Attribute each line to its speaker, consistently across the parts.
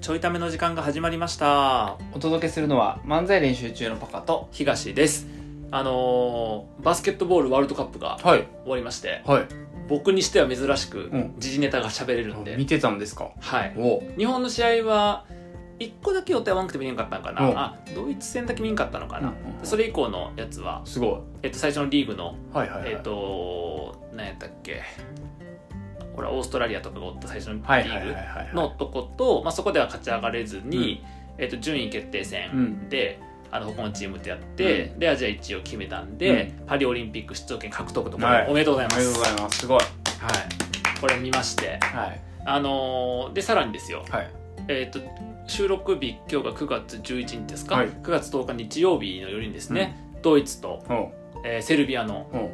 Speaker 1: ちょいための時間が始まりました
Speaker 2: お届けするのは漫才練習中のパカと
Speaker 1: 東ですあのーバスケットボールワールドカップが
Speaker 2: はい
Speaker 1: 終わりまして
Speaker 2: はい
Speaker 1: 僕にしては珍しく
Speaker 2: うん
Speaker 1: 時事ネタが喋れるんで、
Speaker 2: 見てたんですか
Speaker 1: はい
Speaker 2: おう
Speaker 1: 日本の試合は1個だけ予定合わなくて見れんかったのかな、
Speaker 2: うん
Speaker 1: あドイツ戦だけ見んかったのかな、それ以降のやつは、
Speaker 2: すご
Speaker 1: えっと、最初のリーグの
Speaker 2: いはいはい、はい、
Speaker 1: えっ、と何やったっけほらオーストラリアとかがおった最初のリ
Speaker 2: はいはいは
Speaker 1: ー
Speaker 2: い
Speaker 1: グ
Speaker 2: はいはい
Speaker 1: のとこと、まあ、そこでは勝ち上がれずに、えっと順位決定戦で、あの他のチームとやって、でアジア一応決めたんで、パリオリンピック出場権獲得とか、
Speaker 2: はい
Speaker 1: おめでとうござい
Speaker 2: お
Speaker 1: ま
Speaker 2: めでとう
Speaker 1: す。は
Speaker 2: ご
Speaker 1: い
Speaker 2: ざいますすごい
Speaker 1: これ見まして、
Speaker 2: はい
Speaker 1: あのーでさらにですよ、
Speaker 2: はい
Speaker 1: えっと収録日今日が9月11日ですか、
Speaker 2: はい
Speaker 1: 9月10日日曜日の夜にですね、ドイツと、
Speaker 2: おう
Speaker 1: えーセルビアの
Speaker 2: おう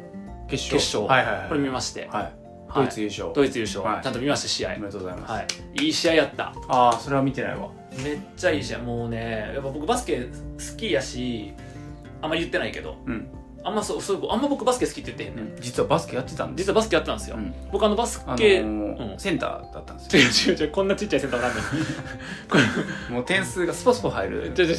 Speaker 2: 決勝
Speaker 1: 決勝
Speaker 2: はいはいはい
Speaker 1: これ見
Speaker 2: ま
Speaker 1: まして、
Speaker 2: はい
Speaker 1: は
Speaker 2: ド
Speaker 1: い
Speaker 2: イツ優勝、
Speaker 1: ドイツ優勝、
Speaker 2: はい
Speaker 1: ちゃんと見ました試合
Speaker 2: おめでとうございます、
Speaker 1: はい、いい試合やった
Speaker 2: ああそれは見てないわ
Speaker 1: めっちゃいい試合もうねやっぱ僕バスケ好きやしあんまり言ってないけど
Speaker 2: うん、
Speaker 1: あんまそうそうあんま僕バスケ好きって言ってへん
Speaker 2: う
Speaker 1: ねん、
Speaker 2: ん、実はバスケやってたんです
Speaker 1: 実はバスケやってたんですよ、
Speaker 2: うん
Speaker 1: 僕あのバス
Speaker 2: あの
Speaker 1: ケ、
Speaker 2: ー
Speaker 1: うん
Speaker 2: センターだったんです
Speaker 1: 違う
Speaker 2: よ
Speaker 1: 違う違うこんなちっちゃいセンターおらんのよこ
Speaker 2: もう点数がスパスパ入る
Speaker 1: れ違う違う違う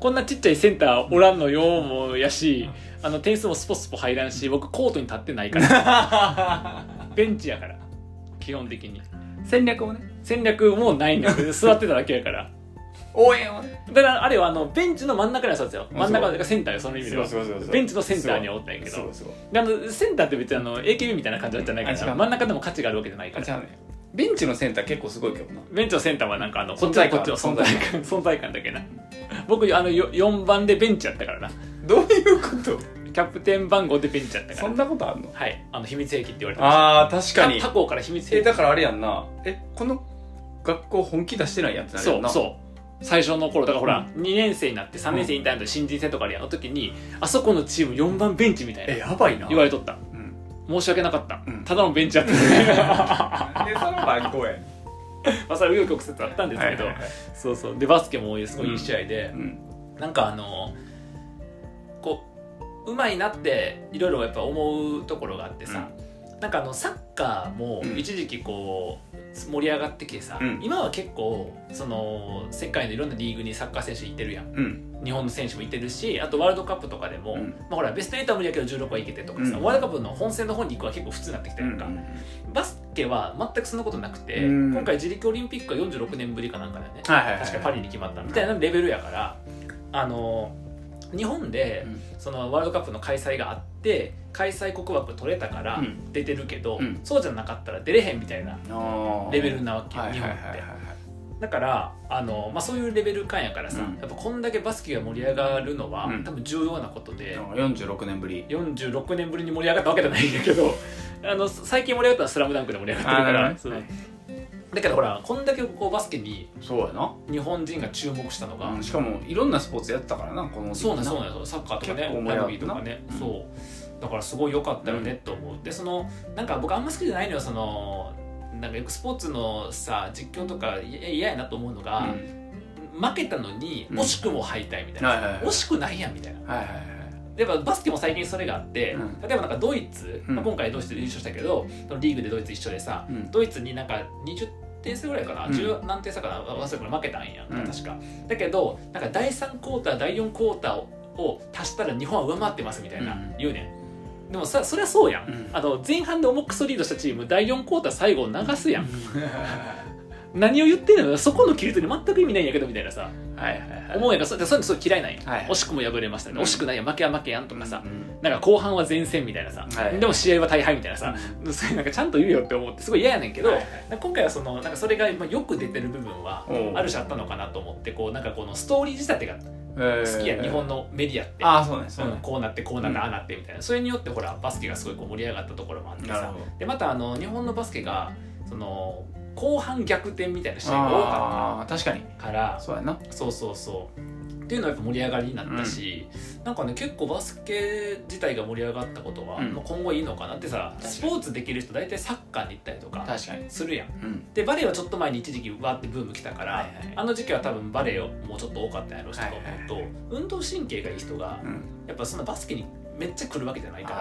Speaker 1: こんなちっちゃいセンターおらんのよもうやしあの点数もスポスポ入らんし僕コートに立ってないから ベンチやから基本的に
Speaker 2: 戦略もね
Speaker 1: 戦略もうないんだけど座ってただけやから
Speaker 2: 応援をね
Speaker 1: だからあれはあのベンチの真ん中にはそうですよ
Speaker 2: あ
Speaker 1: 真ん中がセンターよその意味では
Speaker 2: そうそうそうそう
Speaker 1: ベンチのセンターにはおったんやけ
Speaker 2: すご
Speaker 1: ど
Speaker 2: いすごい
Speaker 1: であのセンターって別にあの AKB みたいな感じじゃないか
Speaker 2: あ違
Speaker 1: ら
Speaker 2: う
Speaker 1: 真ん中でも価値があるわけじゃないか
Speaker 2: あじゃ
Speaker 1: ら
Speaker 2: あねベンチのセンター結構すごいけどな
Speaker 1: ベンチのセンターはなんかあのこっ
Speaker 2: 存
Speaker 1: ちは
Speaker 2: 在
Speaker 1: こ
Speaker 2: 感
Speaker 1: っちの存在感存在感だけな僕あのよ4番でベンチやったからな
Speaker 2: どういうこと
Speaker 1: キャプテン番号でベンチやったか
Speaker 2: そ
Speaker 1: ら
Speaker 2: んなことあんの
Speaker 1: はいあの秘密兵器って言われてました
Speaker 2: あー確かに
Speaker 1: 他校から秘密兵
Speaker 2: え
Speaker 1: 器
Speaker 2: だからあれやんなえこの学校本気出してないやんってなる
Speaker 1: そ
Speaker 2: やん
Speaker 1: う
Speaker 2: なう
Speaker 1: そう最初の頃だからほら、2年生になって3年生インターンと新人戦とかでやった時に、あそこのチーム4番ベンチみたい
Speaker 2: え
Speaker 1: な
Speaker 2: やばいな
Speaker 1: 言われ
Speaker 2: て
Speaker 1: とった
Speaker 2: うん
Speaker 1: 申し訳なかった、
Speaker 2: うん
Speaker 1: ただのベンチやった
Speaker 2: なんでその番号や
Speaker 1: まあそれ紆余曲折あったんですけど、そうそうでバスケもすごいいい試合で
Speaker 2: う、ん
Speaker 1: なんかあのこううまいなっていろいろやっぱ思うところがあってさ、なんかあのサッカーも
Speaker 2: うん
Speaker 1: 一時期こう盛り上がってきてさ、
Speaker 2: うん
Speaker 1: 今は結構その世界のいろんなリーグにサッカー選手行ってるやん
Speaker 2: うん
Speaker 1: 日本の選手もいてるしあとワールドカップとかでも、
Speaker 2: うん
Speaker 1: まあ、ほらベスト8は無理やけど16は行けてとかさ、
Speaker 2: うん
Speaker 1: ワールドカップの本戦の方に行くは結構普通になってきた
Speaker 2: う
Speaker 1: や
Speaker 2: ん
Speaker 1: んか、バスケは全くそんなことなくて、
Speaker 2: うん
Speaker 1: 今回自力オリンピックは46年ぶりかなんかだよね、
Speaker 2: はいはいはい
Speaker 1: 確かパリに決まったみたいなレベルやからあの日本で
Speaker 2: うん
Speaker 1: そのワールドカップの開催があって開催国枠取れたから
Speaker 2: うん
Speaker 1: 出てるけど、
Speaker 2: うん
Speaker 1: そうじゃなかったら出れへんみたいな
Speaker 2: あー
Speaker 1: レベルなわけ、
Speaker 2: はいはい
Speaker 1: 日
Speaker 2: は
Speaker 1: 本
Speaker 2: い
Speaker 1: っ
Speaker 2: はいはい
Speaker 1: てだからあの、まあ、そういうレベル感やからさ、
Speaker 2: うん
Speaker 1: やっぱこんだけバスケが盛り上がるのは、
Speaker 2: うん
Speaker 1: 多分重要なことで、
Speaker 2: 46年ぶり
Speaker 1: 46年ぶりに盛り上がったわけじゃないんだけど あの最近盛り上がったのは「スラムダンクで盛り上がってるから
Speaker 2: あーなるほ
Speaker 1: そう
Speaker 2: どね
Speaker 1: だけどほらこんだけこうバスケに
Speaker 2: そうやな
Speaker 1: 日本人が注目したのが、
Speaker 2: うんしかもいろんなスポーツやってたからなこの時期
Speaker 1: そうなんそうなんですよサッカーとかね
Speaker 2: 結構盛り上
Speaker 1: ラグ
Speaker 2: がった
Speaker 1: ビーとかね、
Speaker 2: うん
Speaker 1: そうだからすごい良かったよねと思う、でそのなんか僕あんま好きじゃないのよそのなんかよくスポーツのさ実況とかいや嫌やなと思うの
Speaker 2: う
Speaker 1: が、
Speaker 2: ん
Speaker 1: 負けたのに
Speaker 2: うん
Speaker 1: 惜しくも敗退みたい
Speaker 2: はい
Speaker 1: な、
Speaker 2: はいはい
Speaker 1: 惜しくないやんみたいな
Speaker 2: はいはいはい
Speaker 1: やっぱバスケも最近それがあって、
Speaker 2: うん
Speaker 1: 例えばなんかドイツ、
Speaker 2: うん
Speaker 1: まあ今回ドイツで優勝したけどリーグでドイツ一緒でさ
Speaker 2: うん
Speaker 1: ドイツになんか20点差ぐらいかな、
Speaker 2: うん
Speaker 1: 10何点差かな忘れたけど負けたんやんか、
Speaker 2: うん
Speaker 1: 確かだけどなんか第3クォーター第4クォーターをを足したら日本は上回ってますみたいな、
Speaker 2: うん
Speaker 1: 言うねんでもさそりゃそうやん、
Speaker 2: うん
Speaker 1: あの前半で重くそリードしたチーム第4クォーター最後流すやん、何を言ってんのよそこの切り取り全く意味ないんやけどみたいなさ、
Speaker 2: はいはいはい
Speaker 1: 思うんやからそれそういうのすごい嫌いなんや、
Speaker 2: はい
Speaker 1: 惜しくも敗れましたね、
Speaker 2: うん
Speaker 1: 惜しくないやん負けは負けやんとかさ、
Speaker 2: うん
Speaker 1: なんか後半は前線みたいなさ、
Speaker 2: はい
Speaker 1: でも試合は大敗みたいなさ、それなんかちゃんと言うよって思ってすごい嫌やねんけど、
Speaker 2: はいはい
Speaker 1: なんか今回はそのなんかそれがまあよく出てる部分は
Speaker 2: おう
Speaker 1: ある種あったのかなと思ってこうなんかこのストーリー仕立てが好きやん、日本
Speaker 2: の
Speaker 1: のメディアって。
Speaker 2: ああそうねそう
Speaker 1: うん
Speaker 2: ね
Speaker 1: こうなってこうなって
Speaker 2: う
Speaker 1: あ
Speaker 2: ん
Speaker 1: あなってみたいな、それによってほらバスケがすごいこう盛り上がったところもあって
Speaker 2: なる
Speaker 1: さ
Speaker 2: ほど
Speaker 1: でまたあの日本のバスケがその後半逆転みたいな試合が多
Speaker 2: あ
Speaker 1: か
Speaker 2: あ確かに
Speaker 1: ったから
Speaker 2: そうやな
Speaker 1: そうそうそうっていうのはやっぱ盛り上がりになったし、なんかね結構バスケ自体が盛り上がったことは、
Speaker 2: うん
Speaker 1: まあ今後いいのかなってさ
Speaker 2: 確かに
Speaker 1: スポーツできる人大体サッカーに行ったりとか
Speaker 2: 確かに
Speaker 1: するやん
Speaker 2: うん
Speaker 1: でバレーはちょっと前に一時期わーってブーム来たから、
Speaker 2: はいはい
Speaker 1: あの時期は多分バレーをもうちょっと多かったんやろうしとか思うと、
Speaker 2: はいはい
Speaker 1: 運動神経がいい人が
Speaker 2: うん
Speaker 1: やっぱそんなバスケにめっちゃ来るわけじゃないか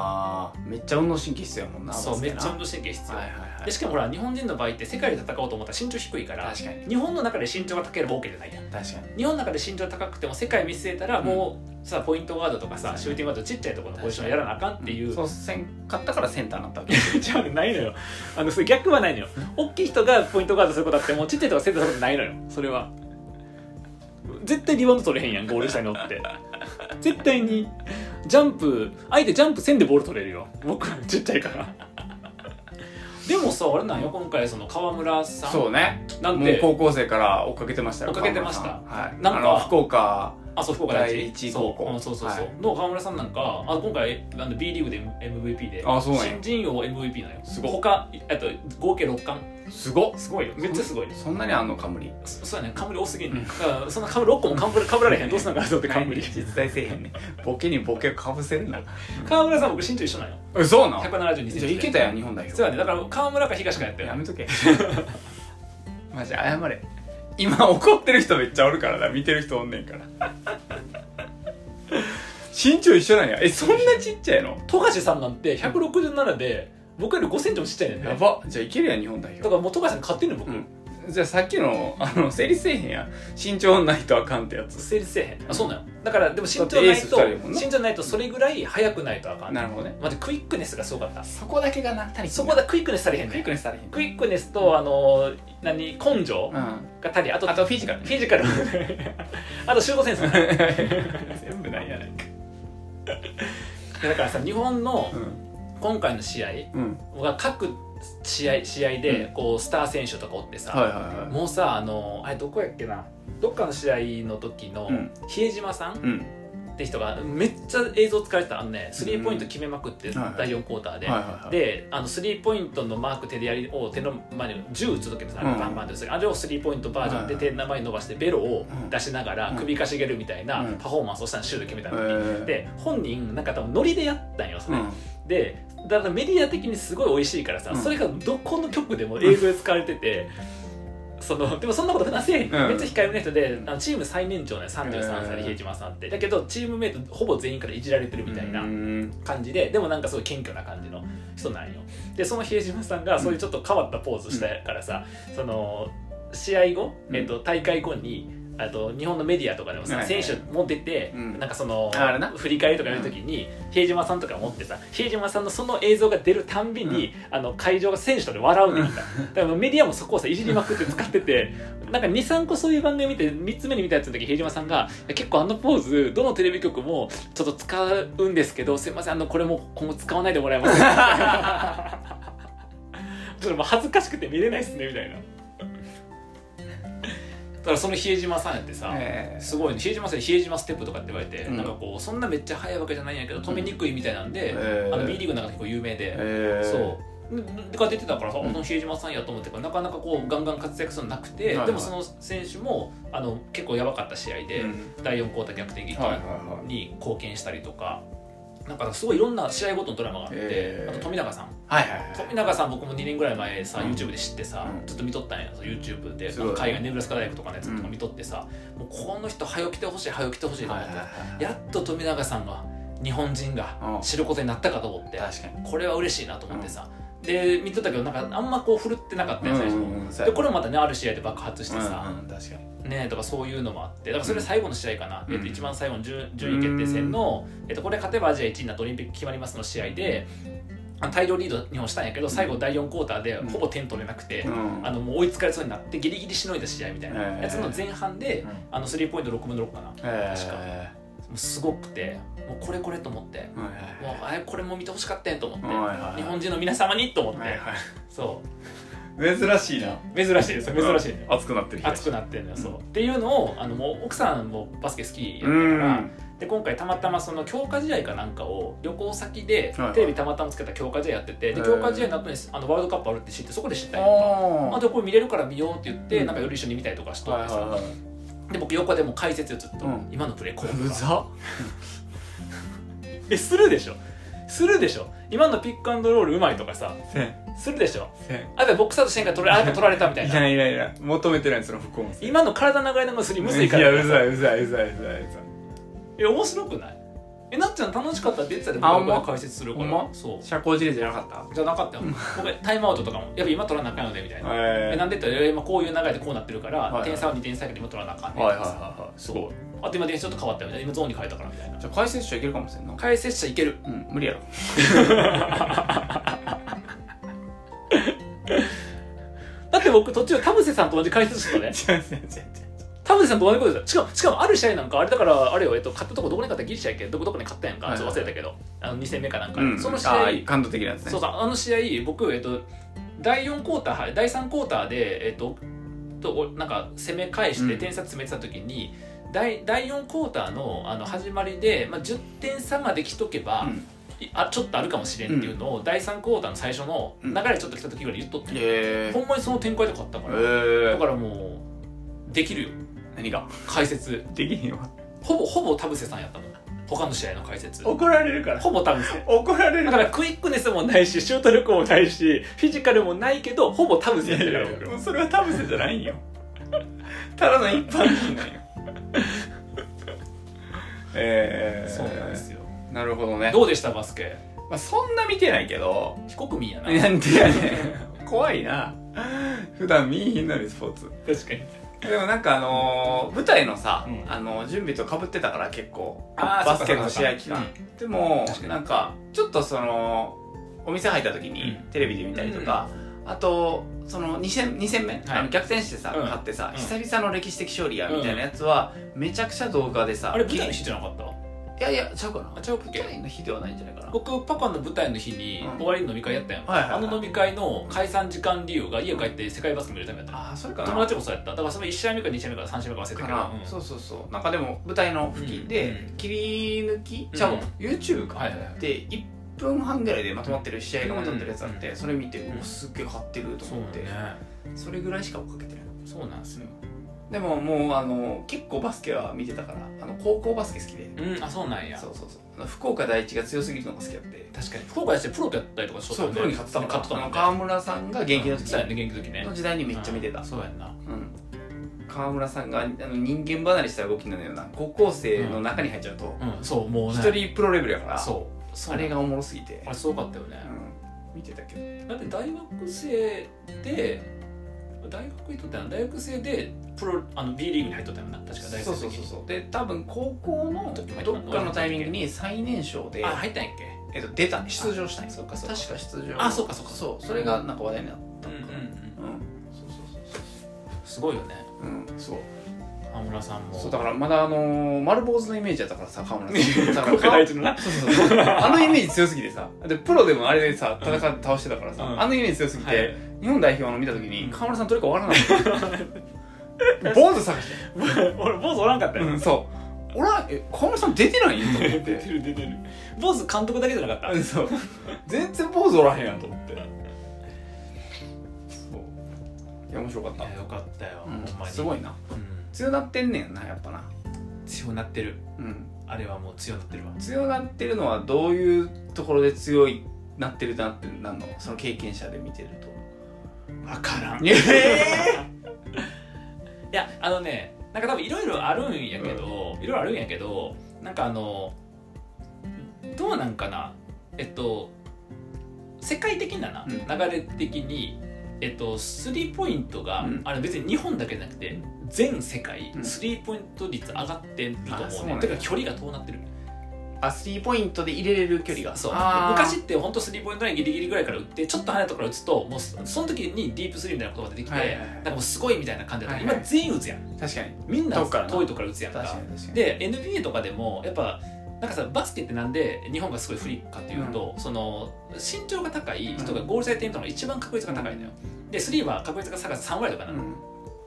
Speaker 2: あーめっちゃ運動神経必要やもんな
Speaker 1: らそうめっちゃ運
Speaker 2: 動
Speaker 1: 動神経必要、
Speaker 2: はいはいはい
Speaker 1: でしかもほら日本人の場合って世界で戦おうと思ったら身長低いから
Speaker 2: 確かに
Speaker 1: 日本の中で身長が高ければ OK じゃないやん
Speaker 2: 確かに
Speaker 1: 日本の中で身長高くても世界見据えたらもうさポイントガードとかさシューティングガードちっちゃいところのポジションやらなあかんっていう
Speaker 2: そうせん買ったからセンターになったわけ
Speaker 1: じゃあないのよあのそれ逆はないのよ大きい人がポイントガードすることあってもちっちゃい人がセンターすることないのよそれは絶対リバウンド取れへんやんゴール下にお って絶対にジャンプ相手ジャンプせんでボール取れるよ僕ちっちゃいからでもさあれなんよ今回その川村さん
Speaker 2: そうね
Speaker 1: なん
Speaker 2: もう
Speaker 1: て
Speaker 2: 高校生から追っかけてましたよ
Speaker 1: 追っかけてました
Speaker 2: 川村さんはい
Speaker 1: なんか
Speaker 2: あの福岡
Speaker 1: あそう福岡
Speaker 2: 第一高校
Speaker 1: そううんそうそうそう、
Speaker 2: は
Speaker 1: の川村さんなんかあ今回あの B リーグで MVP で
Speaker 2: あそうなんや
Speaker 1: 新人王 MVP なんよ
Speaker 2: すごっ
Speaker 1: 他えっと合計6冠
Speaker 2: すごっ
Speaker 1: すごいよめっちゃすごいよ
Speaker 2: そんなにあんの冠
Speaker 1: そそうやね冠多すぎん
Speaker 2: う
Speaker 1: ね
Speaker 2: ん
Speaker 1: だからそんな冠6個も冠被られへんどうすんのかなと思って 冠
Speaker 2: 実在せえへんねボケにボケをかぶ せるな
Speaker 1: 川村さん僕身長一緒なんよ
Speaker 2: えそうなん
Speaker 1: 172セン
Speaker 2: じ
Speaker 1: チ
Speaker 2: ゃあいけたやん日本代
Speaker 1: そう
Speaker 2: 表
Speaker 1: やねだから川村か東かやったよ
Speaker 2: やめとけ マジ謝れ今怒ってる人めっちゃおるからな見てる人おんねんから 身長一緒なんやえそんなちっちゃいの
Speaker 1: 富樫さんなんて167で僕より5センチもちっちゃいねんね
Speaker 2: やばじゃあいけるやん日本
Speaker 1: だ
Speaker 2: 代表
Speaker 1: からもう富樫さん勝ってんねん僕、
Speaker 2: うんじゃあさっきのあの成立せえへんやん身長ないとあかんってやつ
Speaker 1: 成立せえへんあそうなんよだからでも身
Speaker 2: だって
Speaker 1: 長
Speaker 2: エー
Speaker 1: ない
Speaker 2: ス
Speaker 1: と
Speaker 2: 二人やもんな
Speaker 1: 身長ないとそれぐらい速くないとあかん
Speaker 2: なるほどね
Speaker 1: まずクイックネスがすごかった
Speaker 2: そこだけがな足り
Speaker 1: そこだクイックネス足りへん
Speaker 2: ク
Speaker 1: ね
Speaker 2: イ
Speaker 1: ん
Speaker 2: ックにされへん
Speaker 1: クイックネスとあのー何根性
Speaker 2: うん
Speaker 1: が足りあと
Speaker 2: あとフィジカル
Speaker 1: フィジカルあと集合センス
Speaker 2: 全部ないやないか
Speaker 1: だからさ日本の
Speaker 2: うん
Speaker 1: 今回の試合
Speaker 2: うん
Speaker 1: が各試合試合でこうスター選手とかおってさ、
Speaker 2: はいはいは
Speaker 1: もうさあのあれどこやっけなどっかの試合の時の
Speaker 2: うん
Speaker 1: 比江島さんっ
Speaker 2: いうん
Speaker 1: て人がめっちゃ映像使われてたあのねスリーポイント決めまくって
Speaker 2: うんはいはい
Speaker 1: 第4クォーターで、
Speaker 2: はいはいはい
Speaker 1: であのスリーポイントのマーク手でやりを手の前に銃打つ時のさ、
Speaker 2: うん
Speaker 1: バンバンでするあれをスリーポイントバージョンで
Speaker 2: はいはい
Speaker 1: 手の前に伸ばしてベロを出しなが
Speaker 2: う
Speaker 1: ら
Speaker 2: ん
Speaker 1: 首かしげるみたいな
Speaker 2: うん
Speaker 1: パフォーマンスをしたのシュート決めた
Speaker 2: え
Speaker 1: の、
Speaker 2: ー
Speaker 1: で本人なんか多分ノリでやったんよそれ、
Speaker 2: うん
Speaker 1: でだからメディア的にすごい美味しいからさ、
Speaker 2: うん
Speaker 1: それがどこの局でも映像で使われてて、そのでもそんなこと普段せえへん、
Speaker 2: うん
Speaker 1: めっちゃ控えめな人であのチーム最年長ね33歳
Speaker 2: へ
Speaker 1: で
Speaker 2: ー
Speaker 1: 比江島さんってだけどチームメイトほぼ全員からいじられてるみたいな
Speaker 2: うん
Speaker 1: 感じででもなんかすごい謙虚な感じの人なんよでその比江島さんがそういうちょっと変わったポーズしたからさ、その試合後、
Speaker 2: うん
Speaker 1: えっと大会後にあと日本のメディアとかでもさ、
Speaker 2: はいはい
Speaker 1: 選手も出て、
Speaker 2: うん
Speaker 1: なんかその
Speaker 2: あれな
Speaker 1: 振り返りとかやるときに、比江島さんとか持ってさ比江島さんのその映像が出るたんびに、あの会場が選手とで笑うねんかだからメディアもそこをさいじりまくって使っててなんか23個そういう番組見て3つ目に見たやつの時比江島さんが「結構あのポーズどのテレビ局もちょっと使うんですけどすいませんあのこれも今後使わないでもらえ ますか」ちょっともう恥ずかしくて見れないっすねみたいな だからその比江島さんやってさ、
Speaker 2: えー
Speaker 1: すごいね比江島さんに比江島ステップとかって言われて、
Speaker 2: うん
Speaker 1: なんかこうそんなめっちゃ速いわけじゃないんやけど止めにくいみたいなんで、
Speaker 2: えー
Speaker 1: あの B リーグなんか結構有名で、
Speaker 2: えー
Speaker 1: そうでが出てたからさ、
Speaker 2: うん
Speaker 1: あの比江島さんやと思ってからなかなかこうガンガン活躍するのなくて、
Speaker 2: いはい
Speaker 1: でもその選手もあの結構やばかった試合で、
Speaker 2: うん
Speaker 1: 第4クォーター逆転劇
Speaker 2: はいはいは
Speaker 1: に貢献したりとか。なんかすごいいろんな試合ごとのドラマがあって、
Speaker 2: へー
Speaker 1: あと富永さん
Speaker 2: いはいはい
Speaker 1: 富永さん僕も2年ぐらい前さ、
Speaker 2: うん
Speaker 1: YouTube で知ってさ、
Speaker 2: うん
Speaker 1: ちょっと見とったんやその YouTube で、
Speaker 2: すごい
Speaker 1: 海外ネブラスカ大学とかのやつとか見とってさ、もうこの人早起きてほしい早起きてほしいと
Speaker 2: は
Speaker 1: 思
Speaker 2: い
Speaker 1: っ
Speaker 2: は
Speaker 1: て、
Speaker 2: いはい
Speaker 1: やっと富永さんが日本人が
Speaker 2: うん
Speaker 1: 知ることになったかと思って、
Speaker 2: 確かに
Speaker 1: これは嬉しいなと思ってさ、で見とったけどなんかあんまこう振るってなかったやつ最初、
Speaker 2: うんうんそう
Speaker 1: で
Speaker 2: や
Speaker 1: これもまたねある試合で爆発してさ、
Speaker 2: うんうん確かに
Speaker 1: ねとかそういうのもあってだからそれ最後の試合かな、
Speaker 2: うん
Speaker 1: えっと、一番最後の順順位決定戦の、えっと、これ勝てばアジア1位になってオリンピック決まりますの試合であの大量リード日本したんやけど最後第4クォーターで
Speaker 2: うん
Speaker 1: ほぼ点取れなくて、
Speaker 2: うん
Speaker 1: あのもう追いつかれそうになってギリギリしのいだ試合みたいなやつの前半で、
Speaker 2: うん
Speaker 1: あのスリーポイント6分の6かなも
Speaker 2: え
Speaker 1: 確か
Speaker 2: ー
Speaker 1: うすごくてもうこれこれと思って
Speaker 2: はいはい
Speaker 1: もうあれこれも見てほしかったやんと思って、
Speaker 2: はいは
Speaker 1: 日
Speaker 2: い
Speaker 1: 本人の皆様にと思って、
Speaker 2: はいはい
Speaker 1: そう
Speaker 2: 珍しいな
Speaker 1: 珍しいです珍しいね、
Speaker 2: 熱くなってる
Speaker 1: 熱くなってるのよそう、っていうのをあのもう奥さんもバスケ好きやった
Speaker 2: う
Speaker 1: から、
Speaker 2: ん
Speaker 1: で今回たまたまその強化試合かなんかを旅行先で
Speaker 2: はいはい
Speaker 1: テレビたまたまつけた強化試合やっててで
Speaker 2: へー
Speaker 1: 強化試合の後にあのワールドカップあるって知ってそこで知ったりとか。
Speaker 2: あ
Speaker 1: あでこれ見れるから見ようって言って、
Speaker 2: うん
Speaker 1: なんか夜一緒に見たりとかし
Speaker 2: ー
Speaker 1: とっ
Speaker 2: はい
Speaker 1: て
Speaker 2: はい
Speaker 1: さ、
Speaker 2: はい
Speaker 1: で僕横でもう解説をずっと、
Speaker 2: うん
Speaker 1: 今のプレーこう
Speaker 2: む
Speaker 1: とか
Speaker 2: ざ
Speaker 1: えするでしょするでしょ今のピックアンドロールうまいとかさ
Speaker 2: せん
Speaker 1: するでしょ
Speaker 2: せん
Speaker 1: あやっぱボクサーとしてんから取らあやっぱ取られたみたい
Speaker 2: い
Speaker 1: な
Speaker 2: やいやいや求めてないその副音声
Speaker 1: 今の体流れながらすりむずいから
Speaker 2: やうざいうざいうざいうざいうざい
Speaker 1: え面白くないえなっちゃん楽しかったって言ってたで
Speaker 2: あ
Speaker 1: 僕
Speaker 2: ほんま
Speaker 1: が解説するから、
Speaker 2: ほんま
Speaker 1: そう
Speaker 2: 社交辞令じゃなかった
Speaker 1: じゃなかったよ僕タイムアウトとかもやっぱ今取らなあかんよねみたいな、
Speaker 2: へー
Speaker 1: えなんでって言ったらいや今こういう流れでこうなってるから、
Speaker 2: はいはい
Speaker 1: 点差は2点差やけど今取らなあかんねん
Speaker 2: はいはいはいはいすごい
Speaker 1: あと今電車ちょっと変わったよみたいな今ゾーンに変えたからみたいな
Speaker 2: じゃあ解説者いけるかもしれんな
Speaker 1: 解説者いける
Speaker 2: うん無理や ろ
Speaker 1: だって僕途中田臥さんと同じ解説者とね
Speaker 2: 違う違う違う
Speaker 1: 田臥さんと同じことですよしかもしかもある試合なんかあれだからあれよ、えっと、買ったとこどこに買ったギリシャやっけどこどこに買ったやんか
Speaker 2: はい
Speaker 1: ち
Speaker 2: は
Speaker 1: ょ
Speaker 2: い
Speaker 1: っと忘れたけど、あの2戦目かなんか、
Speaker 2: うん
Speaker 1: その試
Speaker 2: あ
Speaker 1: 合
Speaker 2: ー感動的なやつね
Speaker 1: そうそうあの試合僕、えっと、第4クォーターはい第3クォーターで、えっと、とおなんか攻め返して
Speaker 2: うん
Speaker 1: 点差詰めてた時に、第第4クォーターのあの始まりで、まあ、10点差まで来とけば、
Speaker 2: うん
Speaker 1: いあちょっとあるかもしれんっていうのを、第3クォーターの最初の流れちょっと来た時ぐらい言っとって、
Speaker 2: へ
Speaker 1: ほんまにその展開で勝ったから、だ
Speaker 2: え
Speaker 1: からもうできるよ
Speaker 2: 何が
Speaker 1: 解説
Speaker 2: できへんわ
Speaker 1: ほぼほぼ田臥さんやったもん他の試合の解説ほ
Speaker 2: 怒られるから
Speaker 1: ぼ田臥
Speaker 2: 怒られ
Speaker 1: だ
Speaker 2: る
Speaker 1: か
Speaker 2: から
Speaker 1: らクイックネスもないしシュート力もないしフィジカルもないけどほぼ田臥やってるから僕
Speaker 2: もうそれは田臥じゃないんよ ただの一般人なんよ えー、
Speaker 1: そうなんですよ
Speaker 2: なるほどね、
Speaker 1: どうでしたバスケ
Speaker 2: まあ、そんな見てないけど
Speaker 1: 非国民やな
Speaker 2: なんてやねん 怖いな普段見いひんのにスポーツ
Speaker 1: 確かに
Speaker 2: でもなんかあのー舞台のさ、
Speaker 1: うん
Speaker 2: あのー準備とかぶってたから結構
Speaker 1: あー
Speaker 2: バスケの試合期間、でも
Speaker 1: 確かに
Speaker 2: なんかちょっとそのお店入った時に
Speaker 1: う
Speaker 2: テレビで見たりとか、あとその2戦 ,2 戦目、あの逆転してさ、
Speaker 1: うん
Speaker 2: 勝ってさ、
Speaker 1: うん
Speaker 2: 久々の歴史的勝利やみたいなやつは、めちゃくちゃ動画でさ
Speaker 1: あれ舞台の
Speaker 2: い
Speaker 1: 日じゃなかった
Speaker 2: やいやちゃうかな
Speaker 1: あちゃうっ
Speaker 2: 舞
Speaker 1: け
Speaker 2: 台の日ではないんじゃないかな
Speaker 1: 僕パパの舞台の日に
Speaker 2: うん
Speaker 1: 終わりの飲み会やったやん、
Speaker 2: はいはいはい
Speaker 1: あの飲み会の解散時間理由が家帰って世界バスケ見るためやったの
Speaker 2: ああそれかな
Speaker 1: 友達もそうやっただからその1試合目か2試合目か3試合目か忘れた
Speaker 2: か
Speaker 1: けど
Speaker 2: な、
Speaker 1: うん
Speaker 2: そうそうそうなんかでも舞台の付近で
Speaker 1: うん
Speaker 2: 切り抜き、ちゃうわ
Speaker 1: うん
Speaker 2: YouTube か、
Speaker 1: はいはいはい
Speaker 2: で1分半ぐらいでまとまってる試合がまとまってるやつあって、
Speaker 1: うん
Speaker 2: それ見て、
Speaker 1: うん
Speaker 2: うわすっげえ張ってると
Speaker 1: そう
Speaker 2: 思って
Speaker 1: ね
Speaker 2: そ,、れぐらいしか追っかけてない
Speaker 1: そうなんですよ
Speaker 2: でももうあの結構バスケは見てたからあの高校バスケ好きで、
Speaker 1: うんあそうなんや
Speaker 2: そうそうそうあの福岡第一が強すぎるのが好きだって
Speaker 1: 確かに福岡やしてプロとやったりとかしとった
Speaker 2: そうプロに勝ってたの
Speaker 1: 勝っ
Speaker 2: か
Speaker 1: てた
Speaker 2: あ
Speaker 1: も
Speaker 2: の
Speaker 1: ん
Speaker 2: 川村さんが現役の時
Speaker 1: そうやね元気の時ね
Speaker 2: の時代にめっちゃ見てた、
Speaker 1: う
Speaker 2: うんん
Speaker 1: そうやんな
Speaker 2: 川村さんがあの人間離れした動きなのような高校生の中に入っちゃうと、
Speaker 1: うんそうもうね
Speaker 2: 一人プロレベルやから
Speaker 1: そうそう
Speaker 2: あれがおもろすぎて
Speaker 1: あれすごかったよね
Speaker 2: うん見てたけ
Speaker 1: だ
Speaker 2: ど
Speaker 1: って大学生で大学にとったら大学生でプロあの B リーグに入っとったよな確か大学生
Speaker 2: そう
Speaker 1: の時
Speaker 2: そう
Speaker 1: に
Speaker 2: そうそうで多分高校のどっかのタイミングに最年少で
Speaker 1: あ、入ったんやっけ
Speaker 2: えっと、出た出場したんです
Speaker 1: そうか
Speaker 2: 確
Speaker 1: そう
Speaker 2: か
Speaker 1: か
Speaker 2: 出場
Speaker 1: あそうかそうか
Speaker 2: そうそれがなんか話題になっ
Speaker 1: う
Speaker 2: た
Speaker 1: んうん
Speaker 2: の
Speaker 1: う
Speaker 2: かなうん
Speaker 1: ん
Speaker 2: そうそうそう
Speaker 1: すごいよね
Speaker 2: そううんそう
Speaker 1: 川村さんも
Speaker 2: そうだからまだあのー丸坊主のイメージやったからさ川村さんだか
Speaker 1: 福
Speaker 2: ら
Speaker 1: 岡第一のな
Speaker 2: そうそうそう あのイメージ強すぎてさでプロでもあれでさ戦って倒してたからさ、
Speaker 1: うん
Speaker 2: あのイメージ強すぎて、
Speaker 1: はい
Speaker 2: 日本代表の見た時に、
Speaker 1: うん
Speaker 2: 河村さんどれかわからない 坊主探して
Speaker 1: 俺坊主おらんかったよ
Speaker 2: うん、そう俺はえ河村さん出てないんと思っ
Speaker 1: 出て
Speaker 2: て
Speaker 1: る出てる坊主監督だけじゃなか
Speaker 2: う
Speaker 1: っ
Speaker 2: んそう全然坊主おらへんやん
Speaker 1: た
Speaker 2: と
Speaker 1: と思って
Speaker 2: そういや面白かった、
Speaker 1: いやよかったよ、
Speaker 2: うん
Speaker 1: ほんまに
Speaker 2: すごいな
Speaker 1: うん
Speaker 2: 強なってんねんなやっぱな
Speaker 1: 強なってる
Speaker 2: うん
Speaker 1: あれはもう強なってるわ
Speaker 2: 強なってるのはどういうところで強いなってるなってなんのその経験者で見てると
Speaker 1: 分から んい
Speaker 2: ええ
Speaker 1: やあのねなんか多分いろいろあるんやけどいろいろあるんやけどなんかあのどうなんかなえっと世界的なな、
Speaker 2: うん
Speaker 1: 流れ的にえっとスリーポイントが、
Speaker 2: うん
Speaker 1: あれ別に日本だけじゃなくて全世界
Speaker 2: うん
Speaker 1: スリーポイント率上がってると
Speaker 2: あそ
Speaker 1: 思うね
Speaker 2: うなんや
Speaker 1: てか距離が遠なってる
Speaker 2: あスリーポイントで入れれる距離が
Speaker 1: そう
Speaker 2: あー
Speaker 1: 昔って本当スリーポイントラインギリギリぐらいから打ってちょっと離れたところから打つともうそその時にディープスリーみたいな言葉出てきて、
Speaker 2: はいはいはい
Speaker 1: なんかもうすごいみたいな感じだった、
Speaker 2: はいはい
Speaker 1: 今全員打つやん
Speaker 2: 確かに
Speaker 1: みんな
Speaker 2: 遠くからな
Speaker 1: 遠いとこから打つやん
Speaker 2: 確か
Speaker 1: か
Speaker 2: に確かに
Speaker 1: で NBA とかでもやっぱなんかさバスケってなんで日本がすごい不利かっていうと、その身長が高い人がゴールされてるのが一番確率が高いのよ、でスリーは確率が下が3割とかな
Speaker 2: う
Speaker 1: の、
Speaker 2: ん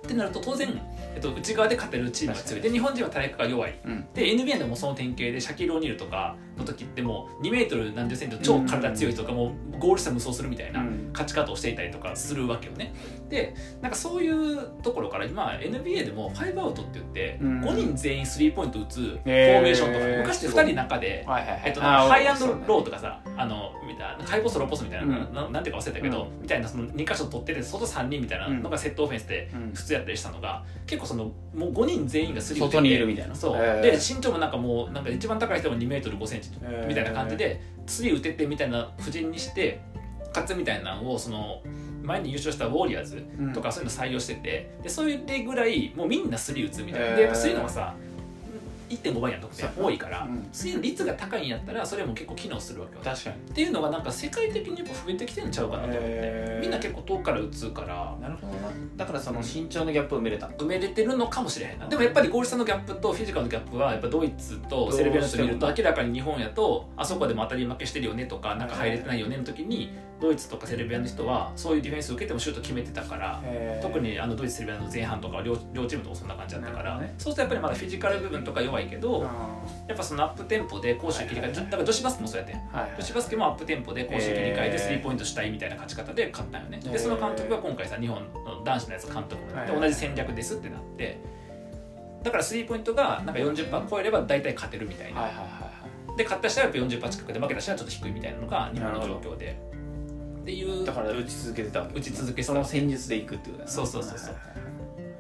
Speaker 1: ってなると当然、えっと、内側で勝てるチームが強いで日本人は体力が弱い
Speaker 2: うん
Speaker 1: で NBA でもその典型でシャキロ・オニールとかの時ってもう2メートル何十センチの超体強い人がもうゴール下無双するみたいな
Speaker 2: うん
Speaker 1: 勝ち方をしていたりとかするわけよねでなんかそういうところから今 NBA でも5アウトって言って
Speaker 2: うん
Speaker 1: 5人全員スリーポイント打つフォー
Speaker 2: へー
Speaker 1: メーションとか昔って2人の中で、
Speaker 2: はいはいはい
Speaker 1: えっと、なんかハイアンド
Speaker 2: そう
Speaker 1: ロ
Speaker 2: ね
Speaker 1: ーとかさあのたいな解剖ソロポスみたいな、
Speaker 2: うん
Speaker 1: ななんていうか忘れたけど、みたいなその2箇所取ってて外3人みたいなのがセットオフェンスで
Speaker 2: うん
Speaker 1: 普通やったりしたのが結構そのもう5人全員がスリー打てて
Speaker 2: 外にいるみたいな
Speaker 1: そう
Speaker 2: へー
Speaker 1: で身長もなんかもうなんか一番高い人も2メートル5センチ
Speaker 2: へー
Speaker 1: みたいな感じでスリー打ててみたいな布陣にして勝つみたいなのをその前に優勝したウォリアーズ
Speaker 2: うん
Speaker 1: とかそういうの採用しててでそれぐらいもうみんなスリー打つみたい
Speaker 2: へ
Speaker 1: な
Speaker 2: ー
Speaker 1: でやっぱスリーの方がさ1.5倍やんとか多いから、
Speaker 2: うん
Speaker 1: スリーの率が高いんやったらそれも結構機能するわけよ
Speaker 2: 確かに
Speaker 1: っていうのがなんか世界的にやっぱ増えてきてんちゃうかなと思って
Speaker 2: へー
Speaker 1: みんな結構遠くから打つから
Speaker 2: なるほどなだからその身長のギャップを埋めれた
Speaker 1: 埋めれてるのかもしれへんなでもやっぱりゴール下のギャップとフィジカルのギャップはやっぱドイツとセルビアの人見ると
Speaker 2: どう
Speaker 1: 明らかに日本やとあそこでも当たり負けしてるよねとかなんか入れてないよねの時にドイツとかセルビアの人はそういうディフェンス受けてもシュート決めてたから特にあのドイツ、セルビアの前半とかは両両チームともそんな感じだったか
Speaker 2: なる
Speaker 1: ら、
Speaker 2: ほどね
Speaker 1: そうするとやっぱりまだフィジカル部分とか弱いけど、
Speaker 2: あ
Speaker 1: やっぱそのアップテンポで攻守切り替え、
Speaker 2: はいはいはい
Speaker 1: だから女子バスケもそうやってん
Speaker 2: ーはい
Speaker 1: 女子バスケもアップテンポで攻守切り替え
Speaker 2: へ
Speaker 1: て
Speaker 2: ー
Speaker 1: スリーポイントしたいみたいな勝ち方で勝ったよね、で
Speaker 2: へー
Speaker 1: その監督が今回さ日本の男子のやつ監督もやって
Speaker 2: はい
Speaker 1: 同じ戦略ですってなってだからスリーポイントがなんか40%超えれば大体勝てるみたいな、
Speaker 2: はいはいはいはい
Speaker 1: で勝った人はやっぱ40%近くで負けた人はちょっと低いみたいなのが日本の
Speaker 2: なる
Speaker 1: 状
Speaker 2: ほ
Speaker 1: 況でっていう
Speaker 2: だから打ち続けてたわけ
Speaker 1: 打ち続けてた
Speaker 2: その戦術でいくってことだね
Speaker 1: そうそうそうそう
Speaker 2: はいはいはい
Speaker 1: で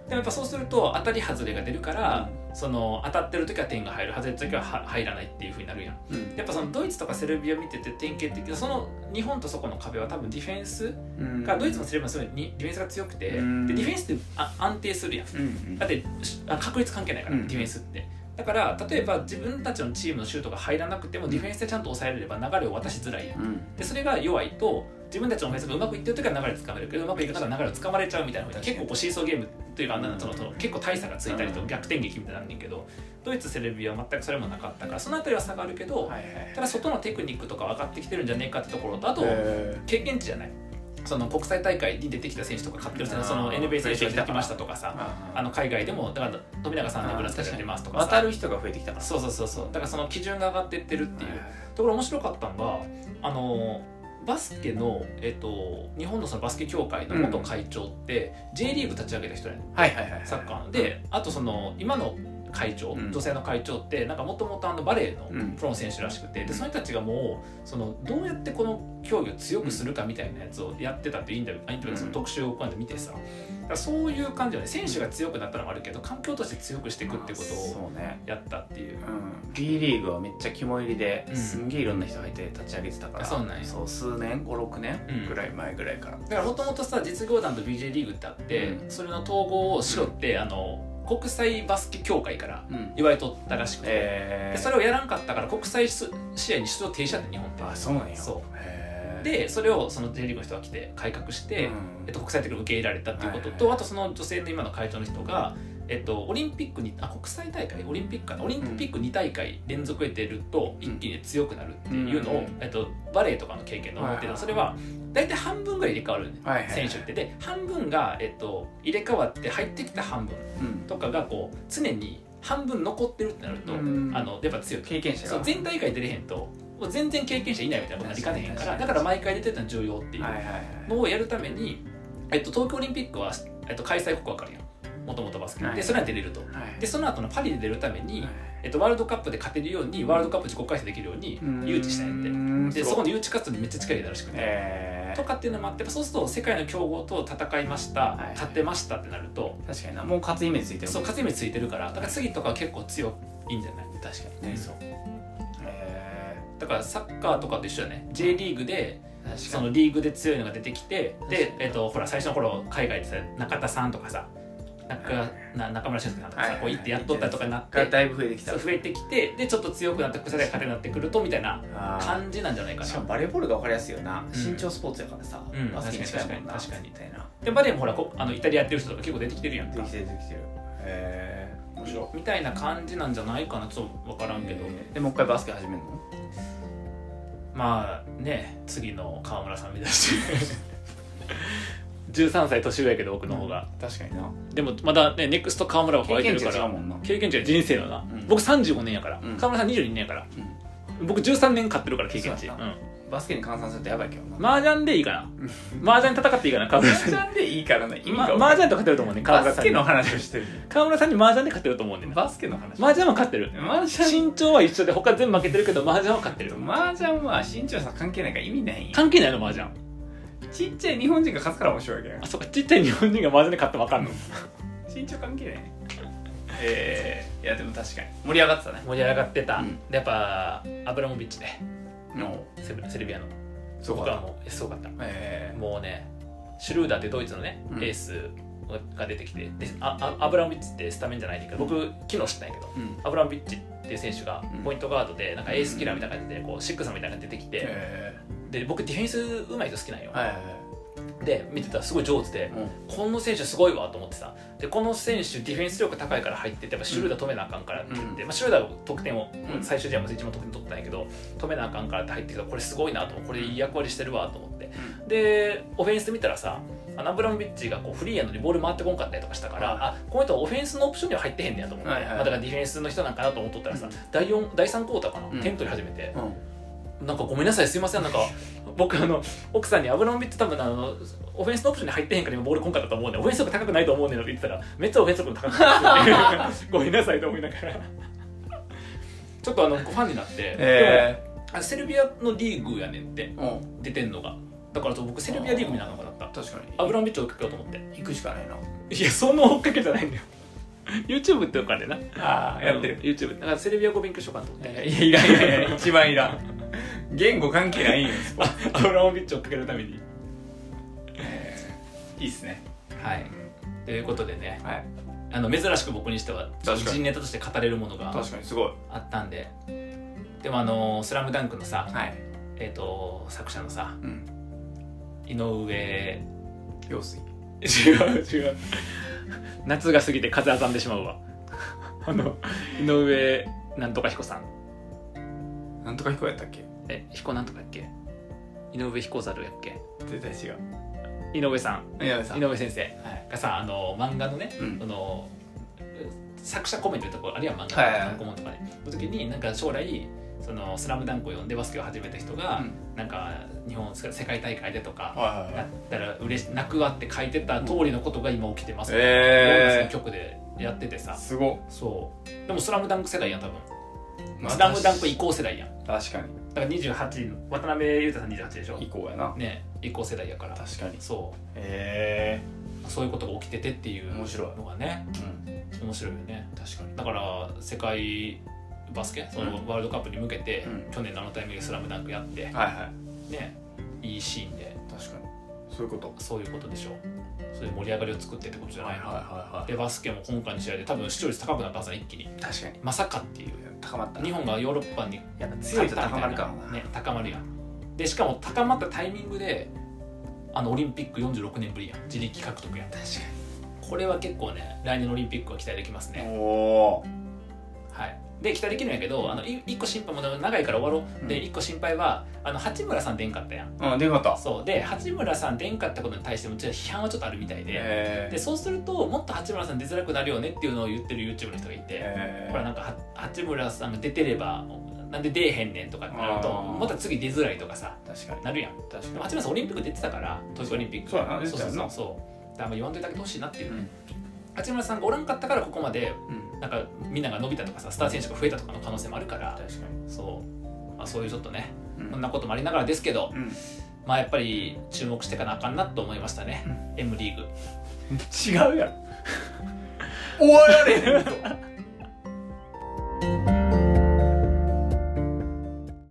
Speaker 1: もやっぱそうすると当たり外れが出るから、その当たってる時は点が入る外れる時はは入らないっていうふうになるやん
Speaker 2: うん
Speaker 1: やっぱそのドイツとかセルビア見てて典型的なその日本とそこの壁は多分ディフェンス
Speaker 2: うん
Speaker 1: が、ドイツもセルビアもすごいにディフェンスが強くて、
Speaker 2: うん
Speaker 1: でディフェンスってあ安定するやん
Speaker 2: うんうん
Speaker 1: だってしあ確率関係ないから、
Speaker 2: うん
Speaker 1: ディフェンスってだから例えば自分たちのチームのシュートが入らなくてもディフェンスでちゃんと抑えれれば流れを渡しづらいやん
Speaker 2: うん
Speaker 1: でそれが弱いと自分たちのオフェンスがうまくいってる時は流れつかめるけどうまくいかなかったら流れをつかまれちゃうみたいな風に結構こうシーソーゲームというかあんなのそのその結構大差がついたりと
Speaker 2: うん
Speaker 1: 逆転劇みたいなのあんねんけどドイツセルビアは全くそれもなかったからその辺りは差があるけど、
Speaker 2: はいはい
Speaker 1: ただ外のテクニックとかは上がってきてるんじゃねえかってところとあと
Speaker 2: へ
Speaker 1: 経験値じゃないその国際大会に出てきた選手とか勝ってる選手
Speaker 2: あー
Speaker 1: その NBA 選手が出てきましたとか
Speaker 2: ー
Speaker 1: さ
Speaker 2: あー
Speaker 1: あの海外でもだから富永さんのブラスターやってますとか
Speaker 2: 渡
Speaker 1: さ
Speaker 2: る人が増えてきたから
Speaker 1: そうそうそうそうだからその基準が上がってってるっていう
Speaker 2: はいはい
Speaker 1: ところ面白かったのがあのバスケの、えっと、日本のそのバスケ協会の元会長って、J リーグ立ち上げた人やねん
Speaker 2: はいはいはいはい
Speaker 1: サッカーのであとその今の会長、
Speaker 2: うん
Speaker 1: 女性の会長ってなんかもともとバレエの
Speaker 2: うん
Speaker 1: プロの選手らしくて、
Speaker 2: う
Speaker 1: で
Speaker 2: ん
Speaker 1: その人たちがもうそのどうやってこの競技を強くするかみたいなやつをやってたっていうインタビューあインタビューのその
Speaker 2: うん
Speaker 1: 特集をこうやって見てさだからそういう感じよね選手が強くなったのもあるけど環境として強くしていくってことを
Speaker 2: そうね
Speaker 1: やったっていう。
Speaker 2: うん、B リーグはめっちゃ肝入りで
Speaker 1: うん
Speaker 2: すんげえいろんな人入って立ち上げてたから、
Speaker 1: あそうなんや
Speaker 2: そう数年56年ぐらい前ぐらいから、
Speaker 1: だからもともとさ実業団と BJ リーグってあって、
Speaker 2: うん
Speaker 1: それの統合をしろって、あの国際バスケ協会から
Speaker 2: うん
Speaker 1: 言われとったらしくて、
Speaker 2: え
Speaker 1: で
Speaker 2: ー、
Speaker 1: それをやらんかったから国際出試合に出場停止だった日本って
Speaker 2: あそうなんや
Speaker 1: そう
Speaker 2: へー
Speaker 1: でそれをその J リーグの人が来て改革して、
Speaker 2: うん
Speaker 1: えっと、国際的に受け入れられたっていうこと
Speaker 2: はい
Speaker 1: と、
Speaker 2: はいはい
Speaker 1: あとその女性の今の会長の人が、えっと、オリンピックにあ国際大会オリンピックかなオリンピック2大会連続で出ると
Speaker 2: うん
Speaker 1: 一気に強くなるっていうのを、
Speaker 2: うん
Speaker 1: えっと、バレエとかの経験で思って
Speaker 2: はい
Speaker 1: た
Speaker 2: はい
Speaker 1: それは大体半分ぐらい入れ替わるね
Speaker 2: はいはい
Speaker 1: 選手ってで半分が、えっと、入れ替わって入ってきた半分
Speaker 2: うん
Speaker 1: とかがこう常に半分残ってるってなると、
Speaker 2: うん
Speaker 1: あのやっぱ強い
Speaker 2: 経験者が
Speaker 1: そう全大会出れへんともう全然経験者いないみたいなことになりかねへんから
Speaker 2: 確か
Speaker 1: だ
Speaker 2: に
Speaker 1: から毎回出てたの重要っていう
Speaker 2: はいはいはい
Speaker 1: のをやるために、えっと、東京オリンピックは、えっと、開催国分かるやんもともとバスケ
Speaker 2: は
Speaker 1: で
Speaker 2: い
Speaker 1: それは出れると
Speaker 2: はい
Speaker 1: でその後のパリで出るために、
Speaker 2: はい
Speaker 1: えっと、ワールドカップで勝てるようにワールドカップ自国開催できるように
Speaker 2: うん
Speaker 1: 誘致したんやってでそこの誘致活動にめっちゃ力入れたらしくて、
Speaker 2: え
Speaker 1: とかっていうのもあってそうすると世界の強豪と戦いました、
Speaker 2: はい
Speaker 1: 勝ってましたってなると
Speaker 2: ー、確かになもう勝つイメージついてる
Speaker 1: そう
Speaker 2: 確か
Speaker 1: 勝ち目ついてるからだから次とかは結構強いんじゃない確か
Speaker 2: にね
Speaker 1: そう
Speaker 2: え
Speaker 1: だからサッカーとかと一緒だね J リーグで
Speaker 2: ー、確かに
Speaker 1: そのリーグで強いのが出てきて
Speaker 2: 確
Speaker 1: で
Speaker 2: か、に
Speaker 1: えっとほら最初の頃海外でさ中田さんとかさ中な中村俊輔さんとかさ、こう行ってやっとったりとかになって、
Speaker 2: がだいぶ増えてきた
Speaker 1: そう増えてきてでちょっと強くなって草で勝てになってくるとみたいな
Speaker 2: あー
Speaker 1: 感じなんじゃないか
Speaker 2: しか
Speaker 1: な
Speaker 2: もバレーボールが分かりやすいよな、
Speaker 1: うん
Speaker 2: 身長スポーツやからさ、
Speaker 1: うん
Speaker 2: バスケに近いもんな
Speaker 1: 確かに確かに
Speaker 2: みたいな
Speaker 1: でバレーもほらこあのイタリアやってる人とか結構出てきてるやん
Speaker 2: で
Speaker 1: か
Speaker 2: きてるできてるへえ面白い
Speaker 1: みたいな感じなんじゃないかなちょっと分からんけど、
Speaker 2: でもう一回バスケ始めるの
Speaker 1: まあね次の川村さん目指して 13歳年上やけど僕の方が、
Speaker 2: 確かにな
Speaker 1: でもまだねネクスト川村は
Speaker 2: 経
Speaker 1: 空いて
Speaker 2: 験
Speaker 1: る
Speaker 2: 値
Speaker 1: か
Speaker 2: 違う
Speaker 1: ら
Speaker 2: もんな
Speaker 1: 経験値は人生のな、
Speaker 2: うん
Speaker 1: 僕35年やから、
Speaker 2: うん
Speaker 1: 川村さん22年やから僕13年買ってるから経験値、
Speaker 2: そううんやなバスケに換算するとやばいけどな
Speaker 1: 麻雀でいいかな麻雀戦っていいかな川
Speaker 2: 麻
Speaker 1: 村さんに
Speaker 2: 雀でいいからな意味が
Speaker 1: ま
Speaker 2: 分かん
Speaker 1: 麻
Speaker 2: ない
Speaker 1: 雀と勝てると思うねん川
Speaker 2: バ
Speaker 1: 村
Speaker 2: ス
Speaker 1: さん
Speaker 2: ケ
Speaker 1: に
Speaker 2: の話をしてる
Speaker 1: 川村さんに麻雀で勝てると思うねんな
Speaker 2: バスケの話
Speaker 1: 麻雀も勝ってる
Speaker 2: 麻雀
Speaker 1: 身長は一緒で他全部負けてるけど麻雀は勝ってる
Speaker 2: 麻雀は身長差関係ないから意味ないんや
Speaker 1: 関係ないの麻雀
Speaker 2: ちっちゃい日本人が勝つから面白いわけや
Speaker 1: あそっかちっちゃい日本人が麻雀で勝っても分かんの
Speaker 2: 身長関係ないねえー、いやでも確かに盛り上がってたね
Speaker 1: 盛り上がってた、
Speaker 2: うん
Speaker 1: でやっぱアブラモビッチで
Speaker 2: の
Speaker 1: セブセルビアの
Speaker 2: そう
Speaker 1: 僕は
Speaker 2: か
Speaker 1: もうえすごかった
Speaker 2: え
Speaker 1: もうねシュルーダーってドイツのね、
Speaker 2: うん
Speaker 1: エースが出てきてでああアブラモビッチってスタメンじゃないんだけど僕昨日知ったんやけど
Speaker 2: ー、うん
Speaker 1: アブラモビッチっていう選手が
Speaker 2: うん
Speaker 1: ポイントガードでなんかエースキラーみたいな感じでこうシックさんみたいなのが出てきて、
Speaker 2: え
Speaker 1: で僕ディフェンスうまい人好きなんよ、
Speaker 2: ー、はいはい
Speaker 1: で見てたらすごい上手で
Speaker 2: はいも
Speaker 1: この選手すごいわと思ってさでこの選手ディフェンス力高いから入っててやっぱシュルーダー止めなあかんからって言って、
Speaker 2: う
Speaker 1: まあ、シュルーダーが得点を、
Speaker 2: うん
Speaker 1: 最終試合も一番得点取ったんやけど止めなあかんからって入ってきたこれすごいなと思うこれいい役割してるわと思ってでオフェンス見たらさアナブラムビッチがこうフリーやのにボール回ってこんかったりとかしたから、
Speaker 2: はい
Speaker 1: あこの人はオフェンスのオプションには入ってへんねやと思って、
Speaker 2: はいはい
Speaker 1: まあ、だからディフェンスの人なんかなと思っとったらさ、
Speaker 2: うん
Speaker 1: 第4第3クォーターかな、
Speaker 2: うん
Speaker 1: 点取り始めて、
Speaker 2: うん、うん、
Speaker 1: なんかごめんなさいすいませんなんか僕あの奥さんにアブラモビッチ多分あのオフェンスのオプションに入ってへんから今ボールこんかったと思うねんオフェンス力高くないと思うねんって言ってたらめっちゃオフェンス力高くなっててごめんなさいと思いながらちょっとあのファンになって、
Speaker 2: え
Speaker 1: でもあセルビアのリーグやねんって
Speaker 2: ー、うん
Speaker 1: 出てんのがだからちょっと僕セルビアリーグになるのかなった
Speaker 2: 確かに
Speaker 1: アブラモビッチを追っかけようと思って
Speaker 2: 行くしかないない
Speaker 1: やその追っかけじゃないんだよ YouTube とかでな
Speaker 2: ああやってる、
Speaker 1: うん YouTube だからセルビア語勉強しようかなと思って
Speaker 2: えーいやいやいやいや一番いらん言語関係ないんよスポーツ
Speaker 1: アブラモビッチを追っかけるために
Speaker 2: えーいいっすね
Speaker 1: はいということでね
Speaker 2: はい
Speaker 1: あの珍しく僕にしては
Speaker 2: 確かに
Speaker 1: 人ネタとして語れるものが
Speaker 2: 確かにすごい
Speaker 1: あったんででもあの「スラムダンクのさ、
Speaker 2: はい
Speaker 1: えっと作者のさ
Speaker 2: うん
Speaker 1: 井上
Speaker 2: 用水
Speaker 1: 違う違う夏が過ぎて風あざんでしまうわあの井上なんとか彦さん
Speaker 2: なんとか彦やったっけ
Speaker 1: え彦なんとかやっけ井上彦猿やっけ
Speaker 2: 絶対違う
Speaker 1: 井上さん
Speaker 2: いやさ
Speaker 1: 井上先生
Speaker 2: はい
Speaker 1: がさあの漫画のね、
Speaker 2: うん
Speaker 1: その作者コメントとかあるいは漫画と
Speaker 2: はいはい
Speaker 1: か
Speaker 2: はい
Speaker 1: 単行本とかで、その時になんか将来「そのスラムダンクを読んでバスケを始めた人が、
Speaker 2: うん
Speaker 1: なんか日本世界大会でとか、
Speaker 2: はいはいは
Speaker 1: ないったら嬉し泣くわって書いてた通りのことが今起きてます、
Speaker 2: え
Speaker 1: 音楽の曲でやっててさ
Speaker 2: すごっ
Speaker 1: そうでも「スラムダンク世代やん多分「スラムダンク移行世代やん
Speaker 2: 確
Speaker 1: だ
Speaker 2: か
Speaker 1: から28渡辺裕太さん28でしょ
Speaker 2: に以降やな
Speaker 1: ね移行世代やから
Speaker 2: 確かに
Speaker 1: そ
Speaker 2: へえ
Speaker 1: うそういうことが起きててっていう
Speaker 2: 面白い
Speaker 1: のがね
Speaker 2: うん
Speaker 1: 面白いよね
Speaker 2: 確かに
Speaker 1: だから世界バスケその
Speaker 2: うん
Speaker 1: ワールドカップに向けて、
Speaker 2: うん
Speaker 1: 去年のあのタイミングで「スラムダンクやって、
Speaker 2: はいはい
Speaker 1: ねいいシーンで
Speaker 2: 確かにそういうこと
Speaker 1: そういうことでしょうそういう盛り上がりを作ってってことじゃないの、
Speaker 2: は
Speaker 1: でバスケも今回の試合で多分視聴率高くなったはずだ一気に
Speaker 2: 確かに
Speaker 1: まさかっていう
Speaker 2: 高まった
Speaker 1: 日本がヨーロッパに
Speaker 2: やっぱ
Speaker 1: 強
Speaker 2: 強
Speaker 1: い
Speaker 2: いと高まるからな
Speaker 1: ね、高まるやんでしかも高まったタイミングであのオリンピック46年ぶりやん自力獲得やん
Speaker 2: 確
Speaker 1: これは結構ね来年のオリンピックは期待できますね、
Speaker 2: おお
Speaker 1: はい、で期待できるんやけどあのい一個心配も長いから終わろう、
Speaker 2: うん
Speaker 1: で一個心配はあの八村さん出んかったやん
Speaker 2: うん出方
Speaker 1: そうで八村さん出んかったことに対してもちょっと批判はちょっとあるみたいで,、
Speaker 2: へ
Speaker 1: でそうするともっと八村さん出づらくなるよねっていうのを言ってる YouTube の人がいて、
Speaker 2: え
Speaker 1: これなんかは八村さんが出てればなんで出えへんねんとかってなると
Speaker 2: あー
Speaker 1: また次出づらいとかさ
Speaker 2: 確かに
Speaker 1: なるやん
Speaker 2: 確
Speaker 1: でも八村さんオリンピック出てたから東京オリンピック
Speaker 2: そうやな出
Speaker 1: そ
Speaker 2: て
Speaker 1: う
Speaker 2: た
Speaker 1: そ
Speaker 2: よ
Speaker 1: う
Speaker 2: な
Speaker 1: そうそうだからあんま言わんといてあげてほしいなっていうう、
Speaker 2: ん
Speaker 1: 八村さんがおらんかったからここまで
Speaker 2: うん
Speaker 1: なんかみんなが伸びたとかさスター選手が増えたとかの可能性もあるから
Speaker 2: 確か
Speaker 1: そう、まあ、そういうちょっとね
Speaker 2: に
Speaker 1: こんなこともありながらですけど
Speaker 2: うん
Speaker 1: まあやっぱり注目してかなあかんなと思いましたね、M リーグ
Speaker 2: 違うやろ終わられへんと